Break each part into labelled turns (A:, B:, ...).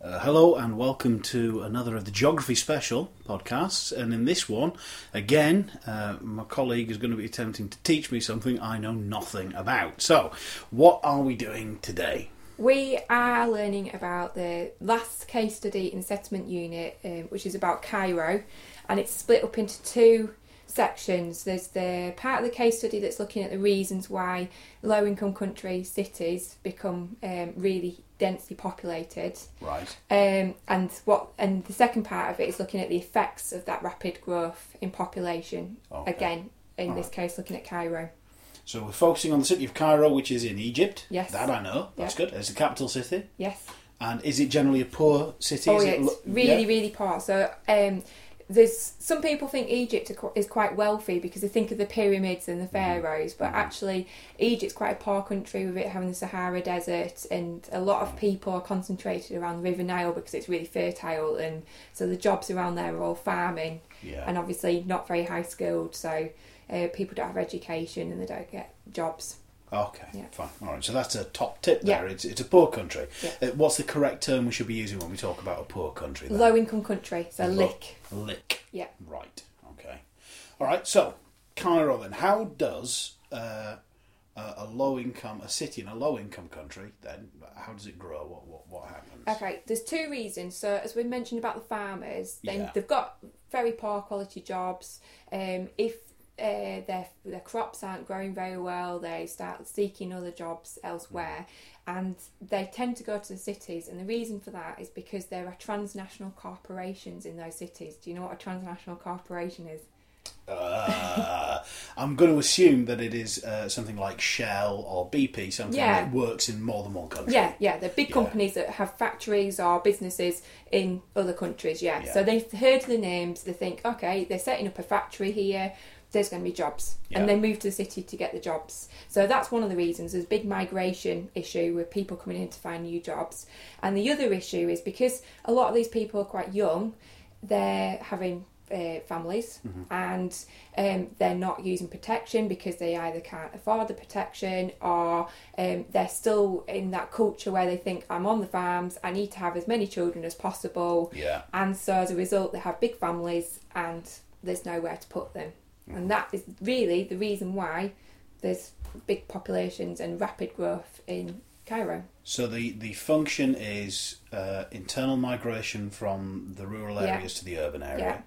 A: Uh, hello and welcome to another of the Geography Special podcasts. And in this one, again, uh, my colleague is going to be attempting to teach me something I know nothing about. So, what are we doing today?
B: We are learning about the last case study in settlement unit, um, which is about Cairo, and it's split up into two sections. There's the part of the case study that's looking at the reasons why low income country cities become um, really densely populated,
A: Right.
B: um, and what and the second part of it is looking at the effects of that rapid growth in population.
A: Okay.
B: Again, in this case, looking at Cairo.
A: So, we're focusing on the city of Cairo, which is in Egypt.
B: Yes.
A: That I know. That's
B: Yeah.
A: good. It's the capital city.
B: Yes.
A: And is it generally a poor city?
B: Oh,
A: is
B: yeah,
A: it
B: it's
A: lo-
B: really,
A: yeah?
B: really poor. So, um, there's some people think Egypt are qu- is quite wealthy because they think of the pyramids and the
A: Mm-hmm.
B: pharaohs, but actually, Egypt's quite a poor country with it having the Sahara Desert, and a lot of people are concentrated around the River Nile because it's really fertile, and so the jobs around there are all farming,
A: Yeah.
B: and obviously not very high skilled, so uh, people don't have education and they don't get jobs.
A: Oh, Okay,
B: Yeah.
A: fine. All right, so that's a top tip
B: Yeah.
A: there. It's, it's a poor country.
B: Yeah.
A: Uh, what's the correct term we should be using when we talk about a poor country? Then?
B: Low income country, so
A: Lo-
B: lick.
A: Lick.
B: Yeah.
A: Right, okay. All right, so Cairo then. How does uh, a, a low income, a city in a low income country, then, how does it grow? What, what, what happens?
B: Okay, there's two reasons. So as we mentioned about the farmers, then
A: Yeah.
B: they've got very poor quality jobs. Um, if uh, their their crops aren't growing very well, they start seeking other jobs elsewhere, and they tend to go to the cities. And the reason for that is because there are transnational corporations in those cities. Do you know what a transnational corporation is?
A: Uh, I'm going to assume that it is uh, something like Shell or BP, something
B: Yeah.
A: that works in more than one country.
B: Yeah, yeah, they're big companies that have factories or businesses in other countries. Yeah.
A: Yeah.
B: so they've heard the names. They think, okay, they're setting up a factory here. There's going to be jobs,
A: Yeah.
B: and they move to the city to get the jobs. So that's one of the reasons. There's a big migration issue with people coming in to find new jobs, and the other issue is because a lot of these people are quite young. They're having uh, families and um, they're not using protection because they either can't afford the protection or um, they're still in that culture where they think I'm on the farms, I need to have as many children as possible,
A: Yeah.
B: and so as a result, they have big families and there's nowhere to put them, and that is really the reason why there's big populations and rapid growth in Cairo.
A: So the, the function is uh, internal migration from the rural
B: Yeah.
A: areas to the urban area,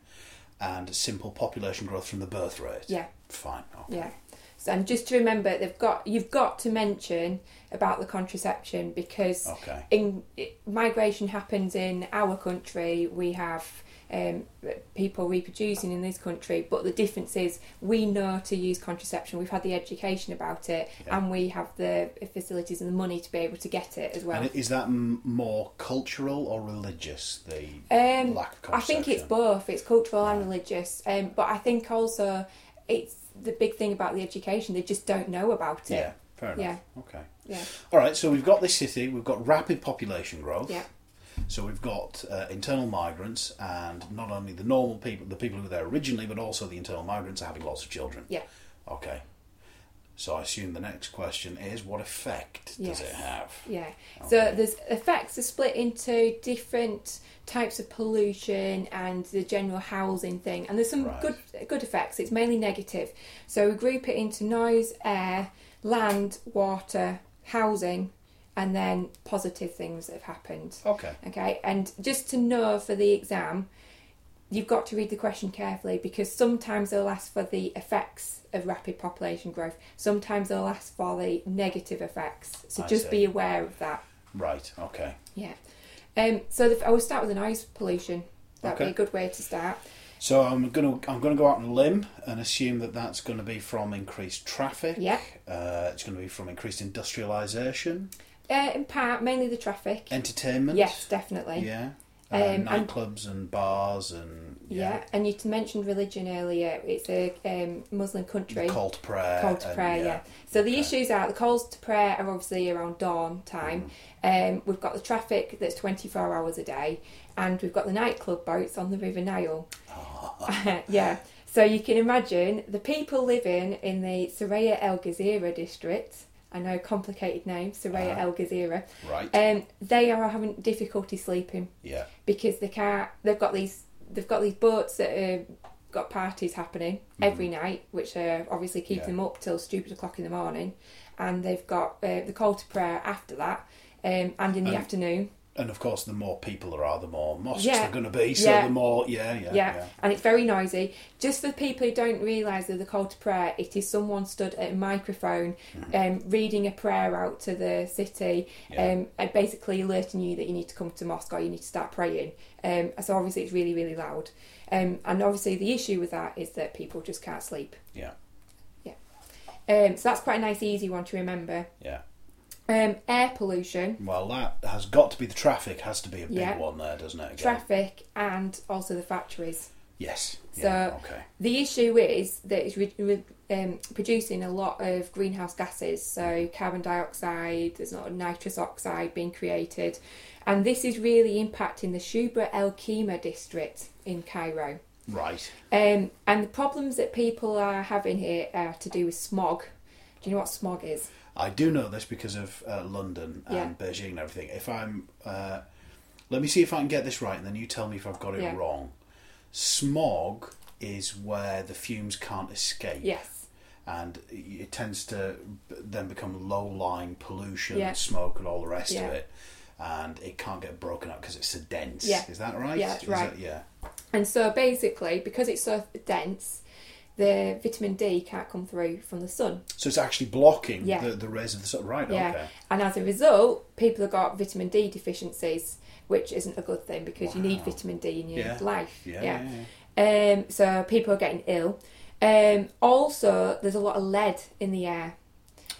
A: and simple population growth from the birth rate.
B: Yeah.
A: Fine. Okay.
B: Yeah. So, and just to remember, they've got you've got to mention about the contraception because
A: Okay.
B: in it, migration happens in our country. We have um, people reproducing in this country, but the difference is we know to use contraception. We've had the education about it,
A: Yeah.
B: and we have the facilities and the money to be able to get it as well.
A: And is that m- more cultural or religious? The
B: Um,
A: lack of
B: I think it's
A: contraception?
B: both. It's cultural and religious. Um, but I think also it's the big thing about the education. They just don't know about
A: Yeah.
B: it.
A: Fair enough. Okay.
B: Yeah.
A: All right. So we've got this city. We've got rapid population growth.
B: Yeah.
A: So we've got uh, internal migrants, and not only the normal people, the people who were there originally, but also the internal migrants are having lots of children.
B: Yeah.
A: Okay. So I assume the next question is what effect
B: Yes.
A: does it have?
B: Yeah. So there's effects are split into different types of pollution and the general housing thing, and there's some
A: Right.
B: good good effects. It's mainly negative. So we group it into noise, air, land, water, housing, and then positive things that have happened.
A: Okay.
B: Okay, and just to know for the exam, you've got to read the question carefully because sometimes they'll ask for the effects of rapid population growth, sometimes they'll ask for the negative effects. So
A: I
B: just
A: see.
B: be aware of that.
A: Right. Okay.
B: Yeah. Um, so the, I will start with the noise pollution. That'd
A: Okay.
B: be a good way to start.
A: So I'm gonna I'm gonna go out on a limb and assume that that's going to be from increased traffic.
B: Yeah.
A: Uh, it's going to be from increased industrialisation,
B: Uh, in part, mainly the traffic.
A: entertainment.
B: Yes, definitely.
A: Yeah. Uh,
B: Um, and-
A: nightclubs and bars and
B: Yeah. and you mentioned religion earlier. It's a um, Muslim country.
A: the call to prayer.
B: Call to
A: Uh, and-
B: prayer, yeah. So the issues are the calls to prayer are obviously around dawn time. Um, we've got the traffic that's 24 hours a day, and we've got the nightclub boats on the River Nile. yeah. So you can imagine the people living in the Suraya El Gezira district I know complicated name, Soraya
A: Uh-huh.
B: El Ghazira.
A: Right.
B: Um, they are having difficulty sleeping
A: yeah.
B: because they can't. They've got these. They've got these boats that are got parties happening every night, which are obviously keep
A: Mm-hmm. Yeah.
B: them up till stupid o'clock in the morning, and they've got uh, the call to prayer after that, um, and in the
A: And-
B: afternoon.
A: And of course, the more people there are, the more mosques
B: Yeah.
A: there are going to be. So
B: Yeah.
A: the more, yeah, yeah,
B: yeah.
A: yeah.
B: and it's very noisy. Just for people who don't realise that the call to prayer, it is someone stood at a microphone, um, reading a prayer out to the city,
A: Yeah.
B: um, and basically alerting you that you need to come to mosque or you need to start praying. Um, so obviously it's really really loud, um, and obviously the issue with that is that people just can't sleep.
A: Yeah.
B: Um, so that's quite a nice easy one to remember.
A: Yeah.
B: Um, air pollution,
A: Well, that has got to be the traffic, has to be a big
B: Yeah.
A: one there, doesn't it? Again?
B: traffic, and also the factories.
A: Yes.
B: So-
A: yeah. Okay.
B: The issue is that it's re- re- um, producing a lot of greenhouse gases, so carbon dioxide, there's not nitrous oxide being created, and this is really impacting the Shubra El Kima district in Cairo.
A: Right.
B: Um, and the problems that people are having here are to do with smog. Do you know what smog is?
A: I do know this because of uh, London and
B: Yeah.
A: Beijing and everything. If I'm, uh, let me see if I can get this right, and then you tell me if I've got it
B: Yeah.
A: wrong. Smog is where the fumes can't escape,
B: Yes.
A: and it tends to b- then become low-lying pollution,
B: Yeah.
A: smoke, and all the rest
B: Yeah.
A: of it. And it can't get broken up because it's so dense.
B: Yeah.
A: Is that right?
B: Yeah, that's
A: Is
B: right.
A: that- yeah.
B: And so basically, because it's so dense, the vitamin D can't come through from the sun.
A: So it's actually blocking
B: Yeah.
A: the, the rays of the sun. Right.
B: Yeah.
A: Oh, Okay.
B: And as a result, people have got vitamin D deficiencies, which isn't a good thing because you need
A: Wow.
B: vitamin D in your
A: Yeah.
B: life.
A: Yeah.
B: Yeah.
A: yeah, yeah.
B: Um, so people are getting ill. Um, also, there's a lot of lead in the air.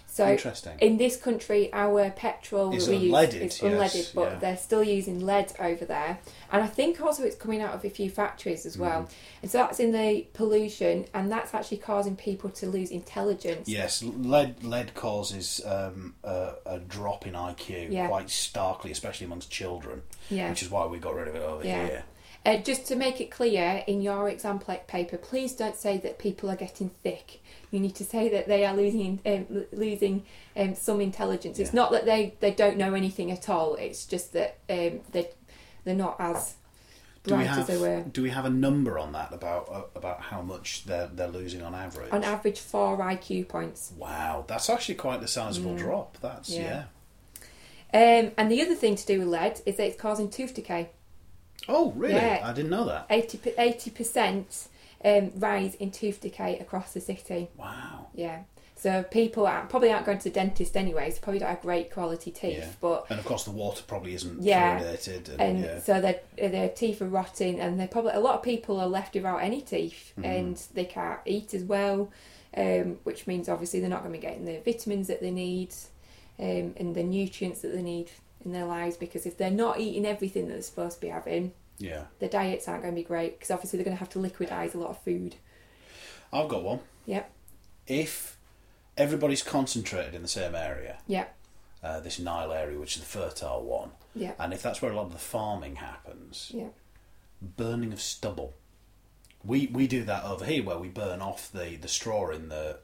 B: So
A: Interesting.
B: in this country, our petrol
A: Is
B: that we
A: unleaded,
B: use
A: yes,
B: is unleaded, but
A: yeah.
B: they're still using lead over there. And I think also it's coming out of a few factories as well.
A: Mm-hmm.
B: And so that's in the pollution, and that's actually causing people to lose intelligence.
A: Yes, lead lead causes um, a, a drop in IQ
B: Yeah.
A: quite starkly, especially amongst children,
B: Yeah.
A: which is why we got rid of it over
B: Yeah.
A: here.
B: Uh, just to make it clear, in your example paper, please don't say that people are getting thick. You need to say that they are losing um, l- losing um, some intelligence. It's
A: Yeah.
B: not that they, they don't know anything at all. It's just that um, they they're not as
A: Do we
B: bright as
A: have
B: they were.
A: do we have a number on that about uh, about how much they're they're losing on average?
B: On average, four IQ points.
A: wow, that's actually quite a sizable drop. That's yeah.
B: Mm. Yeah. Um, and the other thing to do with lead is that it's causing tooth decay.
A: Oh really?
B: Yeah.
A: I didn't know that.
B: 80 percent um, rise in tooth decay across the city.
A: Wow.
B: Yeah. So people are, probably aren't going to the dentist anyway, so probably don't have great quality teeth.
A: Yeah.
B: But
A: And of course, the water probably isn't
B: Yeah.
A: fluoridated. And,
B: and
A: yeah.
B: so their their teeth are rotting, and they probably a lot of people are left without any teeth,
A: Mm-hmm.
B: and they can't eat as well, um, which means obviously they're not going to be getting the vitamins that they need, um, and the nutrients that they need in their lives because if they're not eating everything that they're supposed to be having,
A: yeah,
B: their diets aren't going to be great because obviously they're going to have to liquidize a lot of food.
A: I've got one.
B: Yep.
A: If everybody's concentrated in the same area,
B: Yep.
A: uh, this Nile area, which is the fertile one,
B: Yep.
A: and if that's where a lot of the farming happens,
B: Yep.
A: burning of stubble. We we do that over here where we burn off the, the straw in the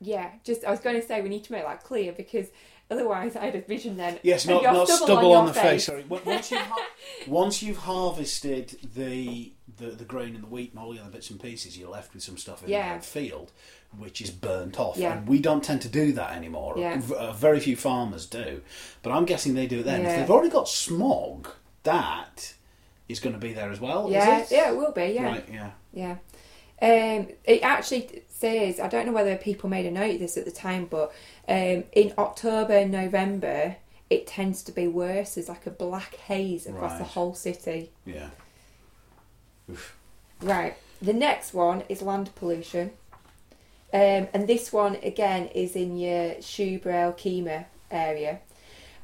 B: Yeah, just I was going to say we need to make that clear because otherwise I had a vision then.
A: yes
B: and
A: not,
B: you're
A: not
B: stubble
A: stubble on,
B: your
A: the face. Sorry, Wo- once you've har- once you've harvested the, the the grain and the wheat and all the other bits and pieces, you're left with some stuff in
B: Yeah.
A: the field which is burnt off.
B: Yeah.
A: And we don't tend to do that anymore.
B: Yeah.
A: V- uh, very few farmers do, but I'm guessing they do it then. If
B: Yeah.
A: they've already got smog, that is going to be there as well. Oh, is
B: Yeah,
A: it?
B: yeah, it will be. Yeah,
A: Right, yeah.
B: yeah. Um, it actually says I don't know whether people made a note of this at the time, but um, in October and November it tends to be worse. There's like a black haze across the
A: Right.
B: whole city.
A: Yeah. Oof.
B: Right. The next one is land pollution. Um, and this one again is in your Shubra Alkema area.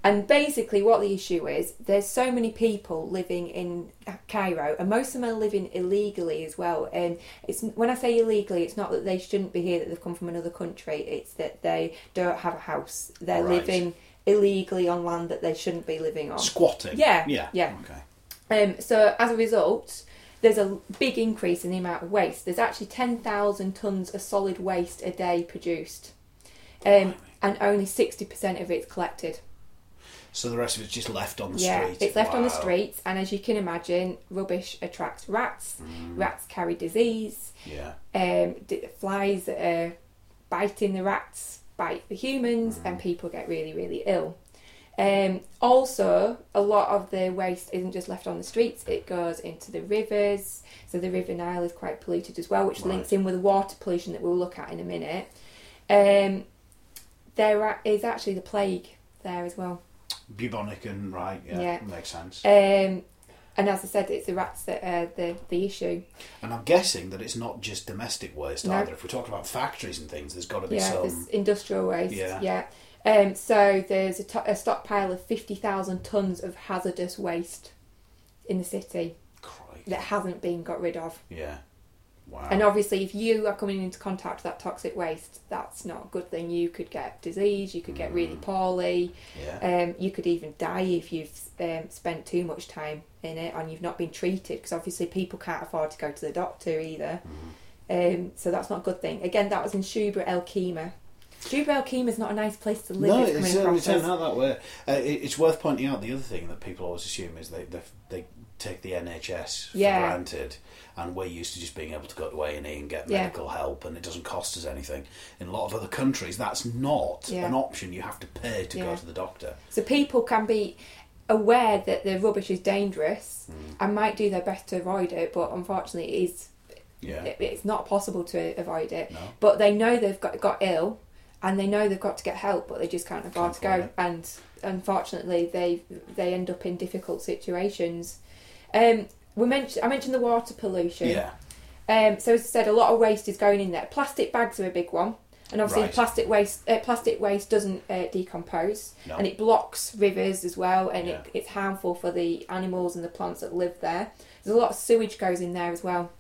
B: And basically, what the issue is, there's so many people living in Cairo, and most of them are living illegally as well. And it's when I say illegally, it's not that they shouldn't be here, that they've come from another country. It's that they don't have a house. They're
A: Right.
B: living illegally on land that they shouldn't be living on.
A: Squatting.
B: Yeah,
A: Yeah.
B: yeah.
A: Okay.
B: Um, so as a result, there's a big increase in the amount of waste. There's actually 10,000 tonnes of solid waste a day produced. um, and only 60% of it's collected.
A: So the rest of it's just left on the
B: yeah,
A: street.
B: it's left on the
A: Wow.
B: streets, and as you can imagine, rubbish attracts rats.
A: Mm.
B: Rats carry disease.
A: Yeah.
B: Um, d- flies that are biting the rats bite the humans, and people get really, really ill. Um, also, a lot of the waste isn't just left on the streets, it goes into the rivers. So, the River Nile is quite polluted as well, which
A: Right.
B: links in with the water pollution that we'll look at in a minute. Um, there are- is actually the plague there as well.
A: Bubonic and right. Yeah,
B: Yeah.
A: makes sense.
B: Um, and as I said, it's the rats that are the, the issue.
A: And I'm guessing that it's not just domestic waste
B: No.
A: either. If we're talking about factories and things, there's got to be
B: yeah,
A: some.
B: there's industrial waste.
A: Yeah.
B: Yeah. Um, so there's a, to- a stockpile of 50,000 tonnes of hazardous waste in the city
A: Crikey.
B: that hasn't been got rid of.
A: Yeah. Wow.
B: And obviously, if you are coming into contact with that toxic waste, that's not a good thing. You could get disease, you could get really
A: Mm.
B: poorly,
A: yeah.
B: um, you could even die if you've um, spent too much time in it and you've not been treated because obviously people can't afford to go to the doctor either. Um, so that's not a good thing. Again, that was in Shubra El Kima. Shubra El Kima is not a nice place to live.
A: No,
B: it's
A: it
B: coming
A: certainly
B: across
A: turned
B: as-
A: out that way. Uh, it, it's worth pointing out the other thing that people always assume is they they, they take the NHS for
B: Yeah.
A: granted, and we're used to just being able to go to A and E and get
B: Yeah.
A: medical help, and it doesn't cost us anything. In a lot of other countries, that's not
B: Yeah.
A: an option. You have to pay to go
B: Yeah.
A: to the doctor.
B: So people can be aware that the rubbish is dangerous and might do their best to avoid it, but unfortunately, it is
A: Yeah,
B: it, it's not possible to avoid it.
A: No.
B: But they know they've got got ill, and they know they've got to get help, but they just can't afford to
A: afford
B: go.
A: it.
B: And unfortunately, they they end up in difficult situations. Um, we mentioned I mentioned the water pollution.
A: yeah,
B: Um, so as I said, a lot of waste is going in there. Plastic bags are a big one, and obviously
A: Right.
B: plastic waste uh, plastic waste doesn't uh, decompose,
A: No.
B: and it blocks rivers as well, and it,
A: Yeah.
B: it's harmful for the animals and the plants that live there. There's a lot of sewage goes in there as well.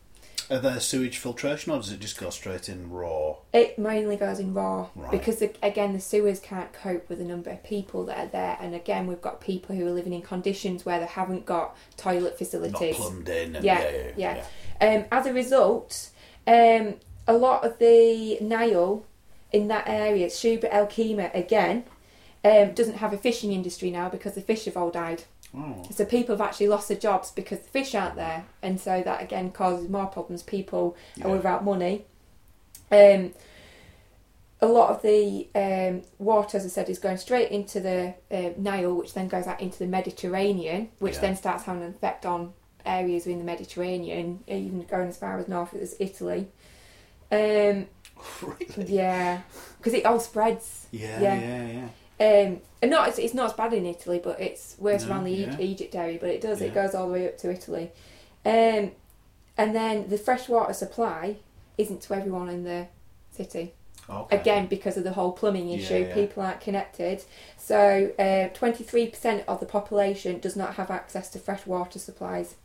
A: Are there sewage filtration, or does it just go straight in raw?
B: It mainly goes in raw
A: Right.
B: because ag- again the sewers can't cope with the number of people that are there, and again we've got people who are living in conditions where they haven't got toilet
A: Not
B: facilities.
A: plumbed in. And,
B: yeah, yeah. Um, as a result, um, a lot of the Nile in that area, Shuba El Kima again, um, doesn't have a fishing industry now because the fish have all died.
A: Oh,
B: So people have actually lost their jobs because the fish aren't there, and so that again causes more problems. People
A: Yeah.
B: are without money. Um, a lot of the um, water, as I said, is going straight into the uh, Nile, which then goes out into the Mediterranean, which
A: Yeah.
B: then starts having an effect on areas within the Mediterranean, even going as far as north as Italy. Um,
A: really?
B: yeah, because it all spreads.
A: Yeah, yeah,
B: Yeah.
A: yeah.
B: Um, and not it's, it's not as bad in Italy, but it's worse
A: No,
B: around the E-
A: yeah.
B: Egypt area. But it does
A: Yeah.
B: it goes all the way up to Italy, um, and then the freshwater supply isn't to everyone in the city
A: Okay.
B: again because of the whole plumbing
A: Yeah,
B: issue.
A: yeah.
B: People aren't connected, so twenty three percent of the population does not have access to fresh water supplies,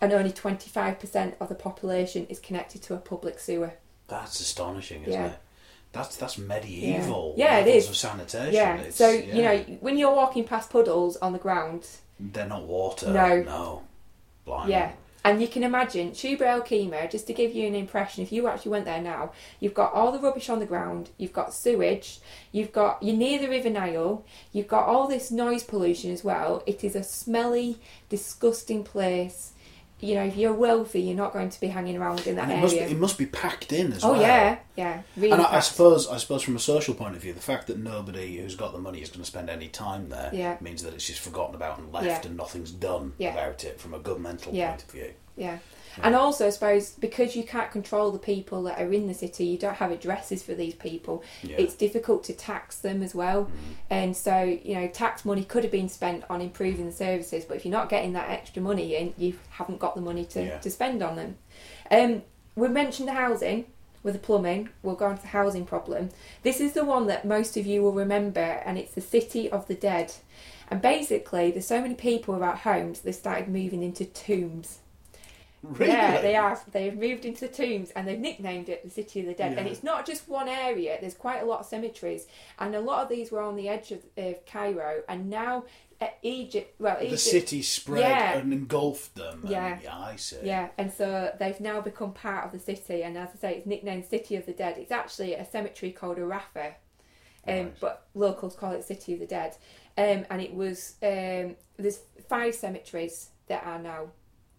B: and only twenty five percent of the population is connected to a public sewer.
A: That's astonishing, isn't
B: Yeah.
A: it? That's that's medieval.
B: Yeah, it
A: levels
B: is.
A: Of sanitation.
B: yeah,
A: It's-
B: so
A: yeah.
B: you know when you're walking past puddles on the ground.
A: they're not water.
B: No.
A: no. Blind.
B: Yeah. And you can imagine Shubra El Kima, just to give you an impression, if you actually went there now, you've got all the rubbish on the ground, you've got sewage, you've got you're near the River Nile, you've got all this noise pollution as well. It is a smelly, disgusting place. You know, if you're wealthy, you're not going to be hanging around in that
A: And it
B: area.
A: must be, it must be packed in as
B: oh
A: well.
B: yeah, yeah, really.
A: And I, I
B: packed.
A: suppose, I suppose, from a social point of view, the fact that nobody who's got the money is going to spend any time there
B: Yeah.
A: means that it's just forgotten about and left,
B: Yeah.
A: and nothing's done
B: Yeah.
A: about it from a governmental
B: Yeah.
A: point of view.
B: Yeah. And also, I suppose, because you can't control the people that are in the city, you don't have addresses for these people,
A: Yeah. Mm-hmm.
B: it's difficult to tax them as well. And so, you know, tax money could have been spent on improving the services, but if you're not getting that extra money in, you haven't got the money to,
A: Yeah.
B: to spend on them. Um, we mentioned the housing with the plumbing. We'll go on to the housing problem. This is the one that most of you will remember, and it's the city of the dead. And basically, there's so many people without homes, they started moving into tombs.
A: Really?
B: Yeah, they have. They've moved into the tombs and they've nicknamed it the City of the Dead. And
A: Yeah.
B: it's not just one area, there's quite a lot of cemeteries. And a lot of these were on the edge of, of Cairo. And now uh, Egypt, well,
A: The
B: Egypt.
A: city spread
B: Yeah.
A: and engulfed them. and-
B: Yeah.
A: yeah, I see.
B: Yeah, and so they've now become part of the city. And as I say, it's nicknamed City of the Dead. It's actually a cemetery called Arafa. um,
A: Right.
B: but locals call it City of the Dead. Um, and it was um, there's five cemeteries that are now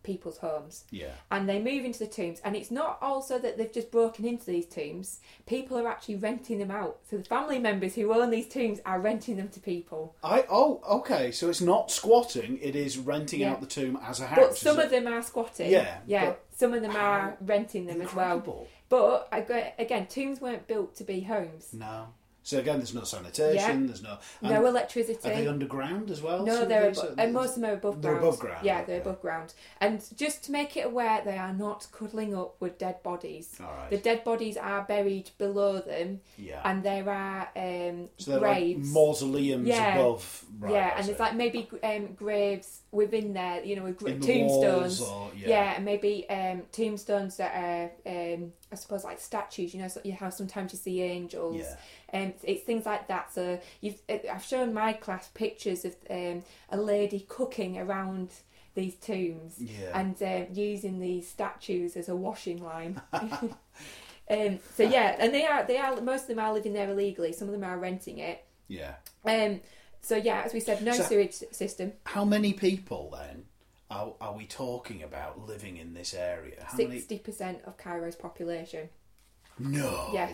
B: people's homes,
A: Yeah.
B: and they move into the tombs. And it's not also that they've just broken into these tombs; people are actually renting them out. So the family members who own these tombs are renting them to people.
A: I oh okay. So it's not squatting. It is renting
B: Yeah.
A: out the tomb as a house.
B: But
A: is
B: some
A: it?
B: of them are squatting.
A: Yeah,
B: yeah.
A: but
B: Some of them are renting them as well.
A: incredible.
B: But I go- again, tombs weren't built to be homes.
A: No. So again, there's no sanitation.
B: Yeah.
A: There's no. Mm. and
B: No electricity.
A: Are they underground as well? some
B: No,
A: of
B: they're
A: these?
B: abo-
A: So
B: and most of them are above ground.
A: they're above ground,
B: Yeah, they're
A: okay.
B: above ground. And just to make it aware, they are not cuddling up with dead bodies.
A: All right.
B: The dead bodies are buried below them,
A: yeah.
B: and there are um,
A: so they're
B: graves.
A: like mausoleums
B: Yeah.
A: above. Right,
B: yeah,
A: I
B: and
A: see.
B: there's like maybe um, graves within there, you know, with gra-
A: In the
B: tombstones.
A: walls or- yeah.
B: yeah. and maybe um, tombstones that are, um, I suppose, like statues. You know, so you have sometimes you see angels.
A: Yeah.
B: Um, it's things like that. So you've, uh, I've shown my class pictures of um, a lady cooking around these tombs
A: Yeah.
B: and uh, using these statues as a washing line. um, so yeah, and they are they are most of them are living there illegally. Some of them are renting it.
A: yeah.
B: Um, so yeah, as we said, no
A: So-
B: sewage system.
A: How many people then are, are we talking about living in this area? How
B: Sixty percent of Cairo's population.
A: many? No.
B: Yes,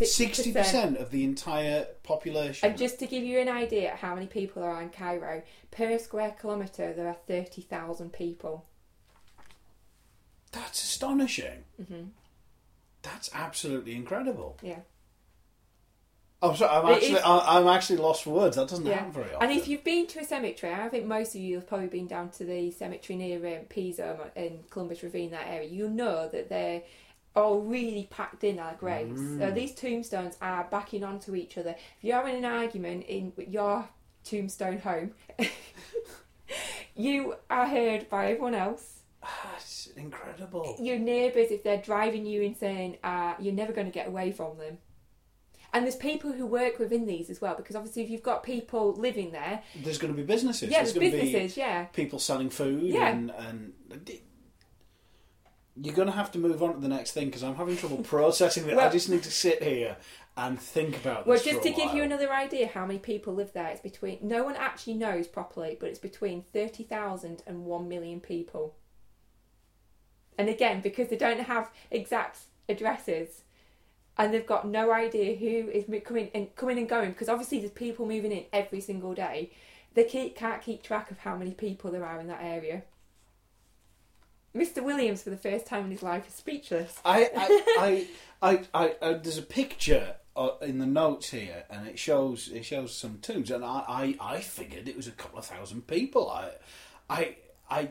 A: Oh. Sixty percent of the entire population.
B: And just to give you an idea of how many people are in Cairo, per square kilometre there are thirty thousand people.
A: That's astonishing. Mm-hmm. That's absolutely incredible.
B: Yeah,
A: Oh, sorry, I'm
B: It
A: actually
B: is-
A: I- I'm actually lost for words. That doesn't
B: yeah.
A: happen very often.
B: And if you've been to a cemetery, I think most of you have probably been down to the cemetery near um, Pisa in Columbus Ravine, that area. You know that they're all really packed in our graves.
A: Mm.
B: So these tombstones are backing onto each other. If you're having an argument in your tombstone home, you are heard by everyone else.
A: That's Ah, incredible.
B: your neighbours, if they're driving you insane, uh, you're never going to get away from them. And there's people who work within these as well, because obviously if you've got people living there,
A: There's going to be businesses.
B: yeah,
A: there's
B: there's
A: going to
B: businesses, yeah,
A: be people selling food.
B: Yeah.
A: And, and you're going to have to move on to the next thing because I'm having trouble processing it. I
B: Well-
A: just need to sit here and think about
B: Well,
A: this.
B: just
A: for a
B: to give you
A: while.
B: another idea how many people live there, it's between, no one actually knows properly, but it's between 30,000 and 1 million people. And again, because they don't have exact addresses and they've got no idea who is mo- coming and, coming and going, because obviously there's people moving in every single day, they keep, can't keep track of how many people there are in that area. Mr. Williams, for the first time in his life, is speechless.
A: I, I, I, I, I, I, there's a picture uh, in the notes here, and it shows it shows some tombs, and I, I, I figured it was a couple of thousand people. I, I, I,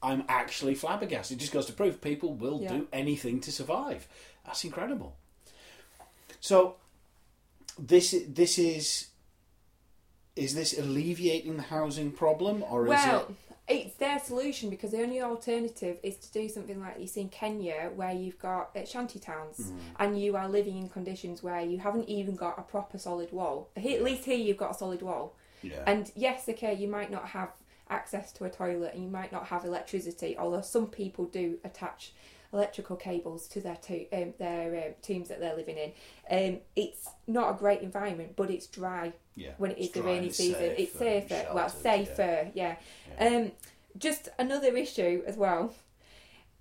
A: I'm actually flabbergasted. It just goes to prove people will
B: Yeah.
A: do anything to survive. That's incredible. So, this i- this is. Is this alleviating the housing problem, or is
B: Well,
A: it?
B: it's their solution because the only alternative is to do something like you see in Kenya, where you've got uh, shanty towns and you are living in conditions where you haven't even got a proper solid wall. Here, at least here, you've got a solid wall.
A: Yeah.
B: And yes, okay, you might not have access to a toilet and you might not have electricity, although some people do attach electrical cables to their to- um, their um, tombs that they're living in. Um, it's not a great environment, but it's dry
A: Yeah,
B: when it
A: it's
B: is the
A: dry and
B: rainy
A: it's
B: season.
A: safe
B: it's
A: and
B: safer, well,
A: sheltered, yeah.
B: safer, yeah. Um, just another issue as well.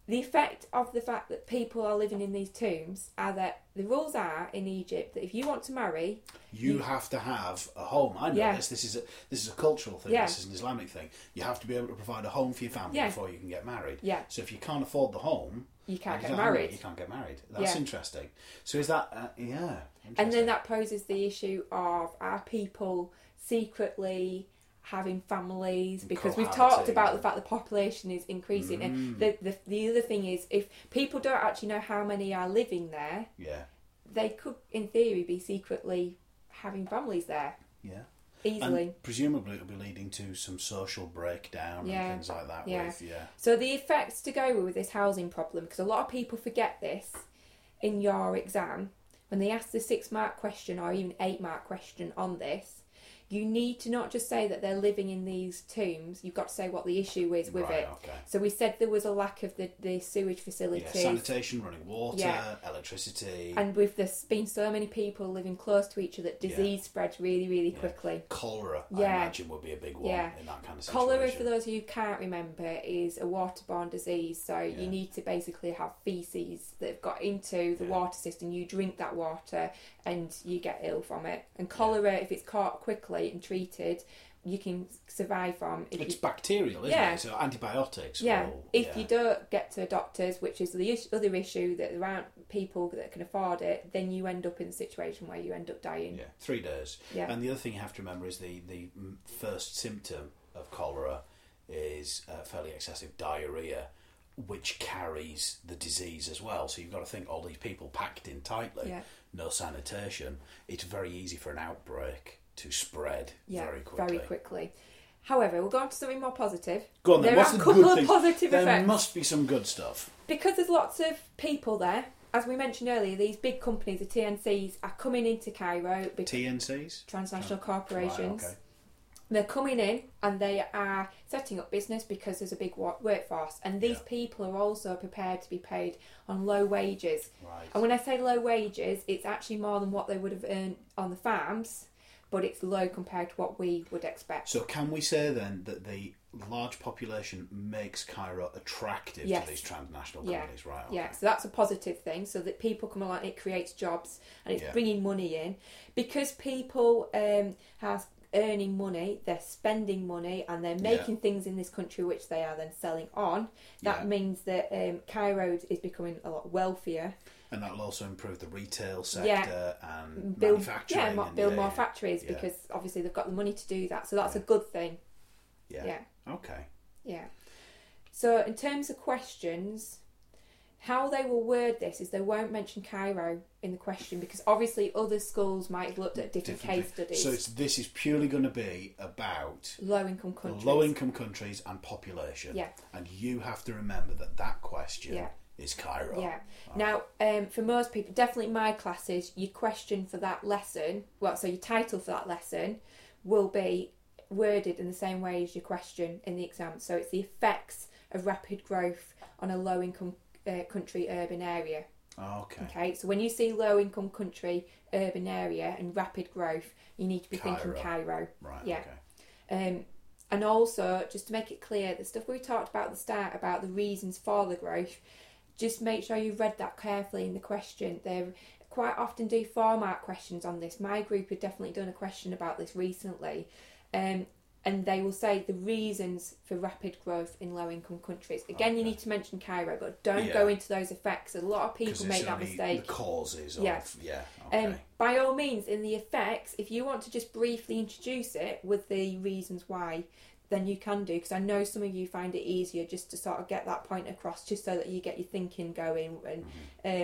B: The effect of the fact that people are living in these tombs are that the rules are in Egypt that if you want to marry,
A: you have to have a home. I know
B: Yeah.
A: this. This is a this is a cultural thing.
B: Yeah.
A: This is an Islamic thing. You have to be able to provide a home for your family
B: Yeah.
A: before you can get married.
B: Yeah.
A: So if you can't afford the home,
B: you can't
A: and
B: get
A: don't have it,
B: married.
A: You can't get married. That's
B: Yeah.
A: interesting. So is that uh, yeah?
B: And
A: interesting.
B: then that poses the issue of are people secretly having families because we've talked
A: Cohabiting. Mm.
B: about the fact the population is increasing and the, the the other thing is if people don't actually know how many are living there
A: yeah,
B: they could in theory be secretly having families there
A: yeah.
B: easily
A: And presumably it'll be leading to some social breakdown
B: Yeah.
A: and things like that.
B: Yeah.
A: With yeah,
B: So the effects to go with this housing problem, because a lot of people forget this in your exam when they ask the six mark question or even eight mark question on this. you need to not just say that they're living in these tombs, you've got to say what the issue is with
A: Right,
B: it.
A: okay.
B: So we said there was a lack of the, the sewage
A: Yeah,
B: facilities.
A: sanitation, running water,
B: Yeah.
A: electricity,
B: and with there's been so many people living close to each other, disease spreads really, really quickly.
A: cholera. I
B: Yeah.
A: imagine would be a big one
B: Yeah.
A: in that kind of situation.
B: Cholera, for those who can't remember, is a waterborne disease. So
A: Yeah.
B: you need to basically have feces that have got into the
A: Yeah.
B: water system. You drink that water and you get ill from it. And cholera, if it's caught quickly and treated, you can survive from. If
A: It's
B: you,
A: bacterial, isn't
B: Yeah.
A: it? So antibiotics.
B: yeah,
A: will-
B: if
A: yeah.
B: you don't get to a doctor's, which is the is- other issue that there aren't people that can afford it, then you end up in a situation where you end up dying.
A: Yeah, three days.
B: Yeah.
A: And the other thing you have to remember is the, the m- first symptom of cholera is uh, fairly excessive diarrhea, which carries the disease as well. So you've got to think all these people packed in tightly,
B: Yeah.
A: no sanitation. It's very easy for an outbreak to spread
B: Yeah,
A: very quickly.
B: quickly. However, we'll go on to something more positive.
A: Go on then,
B: there
A: what's
B: are a
A: the
B: couple
A: good
B: of
A: thing?
B: positive
A: there
B: effects.
A: must be some good stuff.
B: because there's lots of people there, as we mentioned earlier, these big companies, the TNCs, are coming into Cairo, big
A: TNCs?
B: transnational
A: Right,
B: corporations.
A: Oh, okay.
B: They're coming in and they are setting up business because there's a big wo- workforce, and these
A: Yeah.
B: people are also prepared to be paid on low wages.
A: Right.
B: And when I say low wages, it's actually more than what they would have earned on the farms, but it's low compared to what we would expect.
A: So can we say then that the large population makes Cairo attractive
B: Yes.
A: to these transnational
B: Yeah.
A: companies? Right. Okay.
B: Yeah, so that's a positive thing. So that people come along, it creates jobs and it's
A: Yeah.
B: bringing money in because people um, are earning money, they're spending money, and they're
A: Yeah.
B: making things in this country which they are then selling on. That
A: Yeah.
B: means that um, Cairo is becoming a lot wealthier.
A: And that'll also improve the retail sector
B: Yeah.
A: and
B: Build,
A: manufacturing.
B: yeah, mo-
A: and-
B: build
A: yeah,
B: more
A: yeah.
B: factories
A: Yeah.
B: because obviously they've got the money to do that. So that's a good thing.
A: Yeah.
B: yeah.
A: Okay.
B: Yeah. So in terms of questions, how they will word this is they won't mention Cairo in the question because obviously other schools might have looked at different,
A: Different
B: case
A: thing.
B: studies.
A: So it's, this is purely going to be about
B: low income countries.
A: low income countries and population.
B: Yeah.
A: And you have to remember that that question
B: Yeah.
A: is Cairo.
B: Yeah. Now, um, for most people, definitely my classes, your question for that lesson, well, so your title for that lesson will be worded in the same way as your question in the exam. So it's the effects of rapid growth on a low income uh, country urban area.
A: Okay.
B: Okay, so when you see low income country, urban area, and rapid growth, you need to be
A: Cairo.
B: thinking Cairo.
A: Right.
B: Yeah.
A: Okay.
B: Um, and also, just to make it clear, the stuff we talked about at the start about the reasons for the growth, just make sure you read that carefully in the question. They quite often do format questions on this. My group had definitely done a question about this recently. Um, and they will say the reasons for rapid growth in low income countries. Again, you need to mention Cairo, but don't
A: Yeah.
B: go into those effects. A lot of
A: Because
B: people
A: it's
B: make that
A: only
B: mistake.
A: The causes. Of, yeah.
B: Yeah.
A: Okay.
B: Um, by all means, in the effects, if you want to just briefly introduce it with the reasons why, then you can do. Because I know some of you find it easier just to sort of get that point across, just so that you get your thinking going. And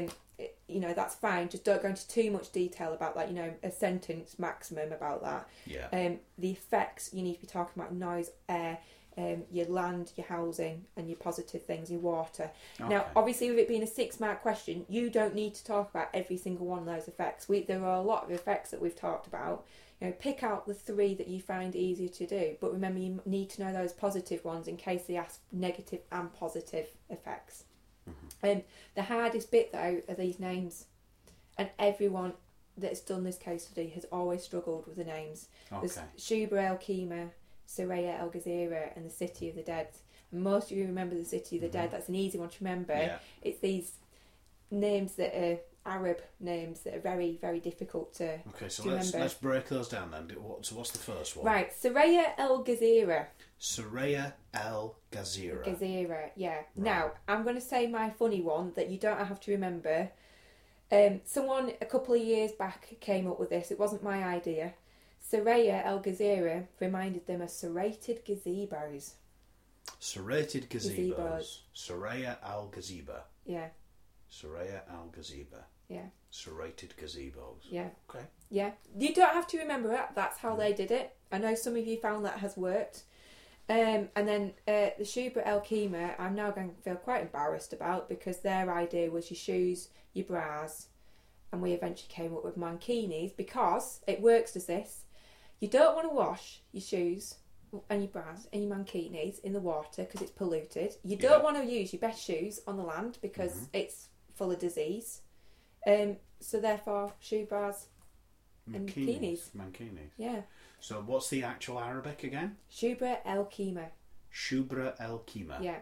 B: um, it- you know that's fine. Just don't go into too much detail about that. You know, a sentence maximum about that.
A: yeah.
B: Um, the effects you need to be talking about noise, air, um, your land, your housing, and your positive things, your water. Now,
A: Okay.
B: obviously, with it being a six mark question, you don't need to talk about every single one of those effects. We, there are a lot of effects that we've talked about. You know, pick out the three that you find easier to do, but remember you need to know those positive ones in case they ask negative and positive effects.
A: Mm-hmm.
B: Um, the hardest bit though are these names, and everyone that's done this case study has always struggled with the names. There's
A: Okay.
B: Shubra El Kima, Suraya El Ghazira, and the City of the Dead. And most of you remember the City of the Dead. That's an easy one to remember.
A: Mm-hmm. Yeah.
B: It's these names that are Arab names that are very, very difficult to.
A: Okay. So
B: do you
A: let's
B: remember?
A: let's break those down then. Do- what- So what's the first one?
B: Right, Suraya El Ghazira.
A: Soraya El Ghazira.
B: Gazira, yeah. Now, I'm going to say my funny one that you don't have to remember. Um, someone a couple of years back came up with this. It wasn't my idea. Soraya El Gazira reminded them of serrated gazebos.
A: Serrated gazebos.
B: Gazebos.
A: Soraya Al Gazeba.
B: Yeah,
A: Soraya Al Gazeba.
B: yeah,
A: Serrated gazebos.
B: yeah,
A: Okay.
B: yeah. You don't have to remember that. That's how they did it. I know some of you found that has worked. Um, and then uh, the Shubra El Kima, I'm now going to feel quite embarrassed about because their idea was your shoes, your bras, and we eventually came up with mankinis because it works as this. You don't want to wash your shoes and your bras and your mankinis in the water because it's polluted. You don't
A: Yeah. Mm-hmm.
B: want to use your best shoes on the land because it's full of disease. Um, so therefore, shoe bras, And
A: Mankinis. Mankinis.
B: yeah,
A: So what's the actual Arabic again?
B: shubra el kima.
A: Shubra el Kima.
B: Yeah.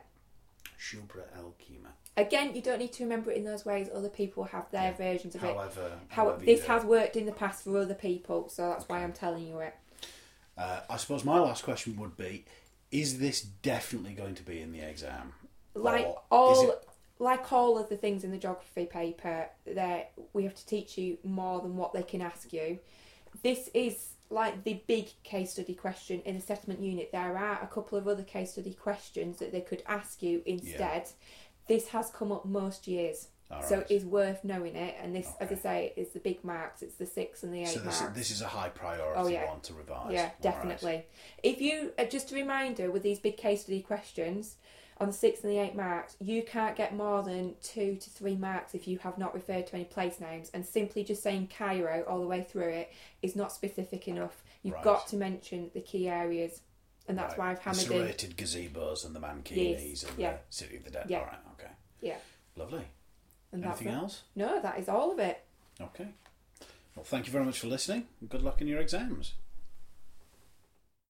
A: Shubra el Kima.
B: Again, you don't need to remember it in those ways. Other people have their versions of it.
A: However,
B: How
A: however
B: this
A: you-
B: has worked in the past for other people, so that's why I'm telling you it.
A: Uh, I suppose my last question would be: Is this definitely going to be in the exam?
B: like
A: Or is
B: all
A: it-
B: like all of the things in the geography paper there we have to teach you more than what they can ask you this is like the big case study question in the settlement unit there are a couple of other case study questions that they could ask you instead this has come up most years
A: All
B: so
A: right.
B: it is worth knowing it and this as i
A: Okay.
B: say is the big marks it's the six and the eight
A: so this,
B: marks
A: this is a high priority
B: Oh, yeah.
A: one to revise.
B: yeah,
A: All right.
B: definitely. If you uh, just a reminder with these big case study questions on the six and the eight marks, you can't get more than two to three marks if you have not referred to any place names, and simply just saying Cairo all the way through it is not specific enough. You've
A: Right.
B: got to mention the key areas, and that's
A: Right.
B: why I've hammered
A: the
B: in.
A: serrated gazebos and the mankinis and
B: yeah.
A: the city of the dead.
B: Yeah.
A: All right, okay,
B: Yeah,
A: lovely.
B: and that's
A: Anything
B: it.
A: else?
B: No, that is all of it.
A: Okay. Well, thank you very much for listening. and Good luck in your exams.